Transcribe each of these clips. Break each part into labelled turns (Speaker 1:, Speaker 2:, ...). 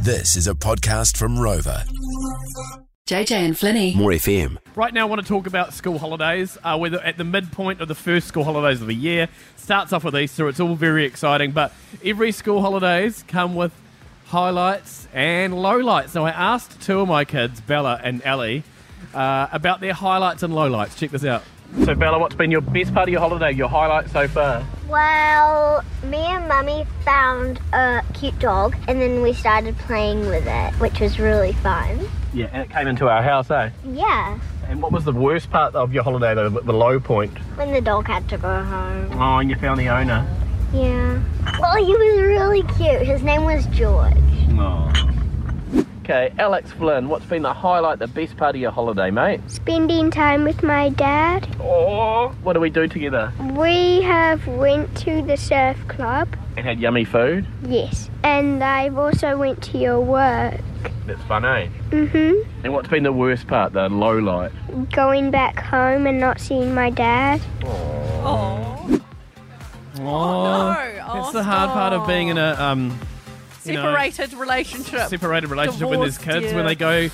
Speaker 1: This is a podcast from Rover.
Speaker 2: JJ and Flinny.
Speaker 3: More FM.
Speaker 4: Right now, I want to talk about school holidays. Uh, we're at the midpoint of the first school holidays of the year. Starts off with Easter. It's all very exciting, but every school holidays come with highlights and lowlights. So I asked two of my kids, Bella and Ellie, uh, about their highlights and lowlights. Check this out. So Bella, what's been your best part of your holiday? Your highlight so far?
Speaker 5: Well, me and Mummy found a cute dog and then we started playing with it, which was really fun.
Speaker 4: Yeah, and it came into our house, eh?
Speaker 5: Yeah,
Speaker 4: And what was the worst part of your holiday, though? The low point?
Speaker 5: when the dog had to go home.
Speaker 4: Oh, and you found the owner.
Speaker 5: Yeah. Well, he was really cute. His name was George.
Speaker 4: Okay, Alex Flynn, what's been the highlight, the best part of your holiday, mate?
Speaker 5: Spending time with my dad.
Speaker 4: Oh, what do we do together?
Speaker 5: We have went to the surf club.
Speaker 4: And had yummy food.
Speaker 5: Yes. And I've also went to your work.
Speaker 4: That's fun, eh?
Speaker 5: Mhm.
Speaker 6: Mm-hmm.
Speaker 4: And what's been the worst part, the low light?
Speaker 5: Going back home and not seeing my dad.
Speaker 4: Oh,
Speaker 6: no. Oh,
Speaker 4: That's the hard part of being in a um, you know,
Speaker 6: Separated relationship.
Speaker 4: separated relationship when there's
Speaker 6: Divorced,
Speaker 4: kids,
Speaker 6: yeah.
Speaker 4: when they go.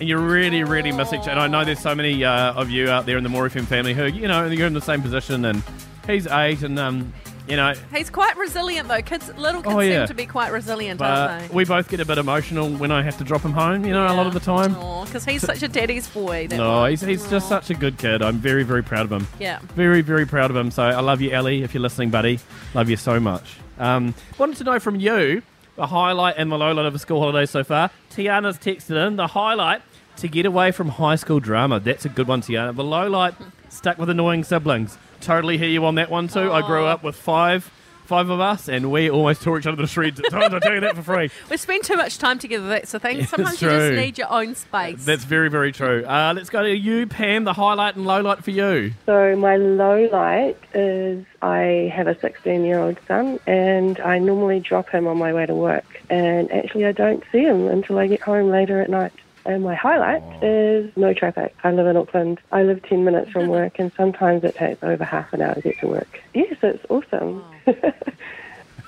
Speaker 4: And you really, really miss each And I know there's so many uh, of you out there in the More FM family who, you know, you're in the same position and he's eight and, um, you know,
Speaker 6: He's quite resilient though. Kids, little kids
Speaker 4: Oh, yeah.
Speaker 6: seem to be quite resilient,
Speaker 4: but
Speaker 6: aren't they?
Speaker 4: we both get a bit emotional when I have to drop him home, you know, a lot of the time.
Speaker 6: Because he's such a daddy's boy. That
Speaker 4: No,
Speaker 6: one.
Speaker 4: he's, he's just
Speaker 6: Aw.
Speaker 4: such a good kid. I'm very, very proud of him.
Speaker 6: Yeah.
Speaker 4: Very, very proud of him. So I love you, Ellie, if you're listening, buddy. Love you so much. Um, wanted to know from you the highlight and the lowlight of a school holiday so far. Tiana's texted in the highlight to get away from high school drama. That's a good one, Tiana. The lowlight stuck with annoying siblings. Totally hear you on that one too. I grew up with five. Five of us, and we almost tore each other to shreds at times. I tell you that for free.
Speaker 6: We spend too much time together. That's the thing.
Speaker 4: It's
Speaker 6: Sometimes you just
Speaker 4: true.
Speaker 6: need your own space.
Speaker 4: That's very, very true. Uh, let's go to you, Pam. The highlight and lowlight for you.
Speaker 7: So my low light is I have a 16 year old son and I normally drop him on my way to work and actually I don't see him until I get home later at night. And my highlight is no traffic. I live in Auckland. I live 10 minutes from work and sometimes it takes over half an hour to get to work. Yes, it's awesome.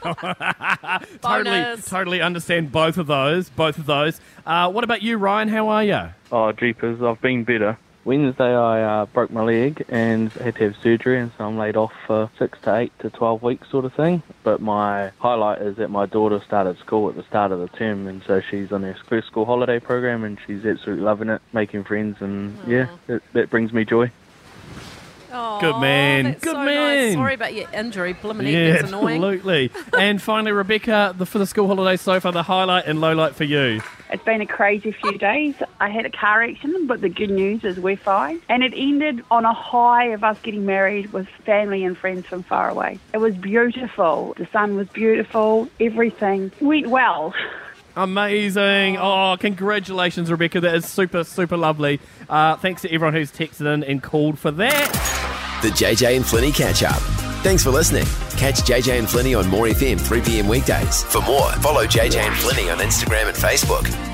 Speaker 4: totally,
Speaker 6: Bonus.
Speaker 4: totally understand both of those. Both of those. Uh, what about you, Ryan? How are you?
Speaker 8: Oh, jeepers, I've been better. Wednesday, I uh, broke my leg and had to have surgery, and so I'm laid off for six to eight to 12 weeks, sort of thing. But my highlight is that my daughter started school at the start of the term, and so she's on her first school holiday program, and she's absolutely loving it, making friends, and yeah, that, that brings me joy.
Speaker 6: Aw,
Speaker 4: Good man.
Speaker 6: that's
Speaker 4: Good
Speaker 6: so
Speaker 4: man.
Speaker 6: Nice. Sorry about your injury. Blimey,
Speaker 4: yeah,
Speaker 6: that's annoying.
Speaker 4: absolutely. and finally, Rebecca, the, for the school holiday so far, the highlight and lowlight for you.
Speaker 9: It's been a crazy few days. I had a car accident, but the good news is we're fine. And it ended on a high of us getting married with family and friends from far away. It was beautiful. The sun was beautiful. Everything went well.
Speaker 4: Amazing. Oh, congratulations, Rebecca. That is super, super lovely. Uh, thanks to everyone who's texted in and called for that.
Speaker 3: The JJ and Flinny catch up. Thanks for listening. Catch JJ and Flinny on More FM 3 p.m. weekdays. For more, follow JJ and Flinny on Instagram and Facebook.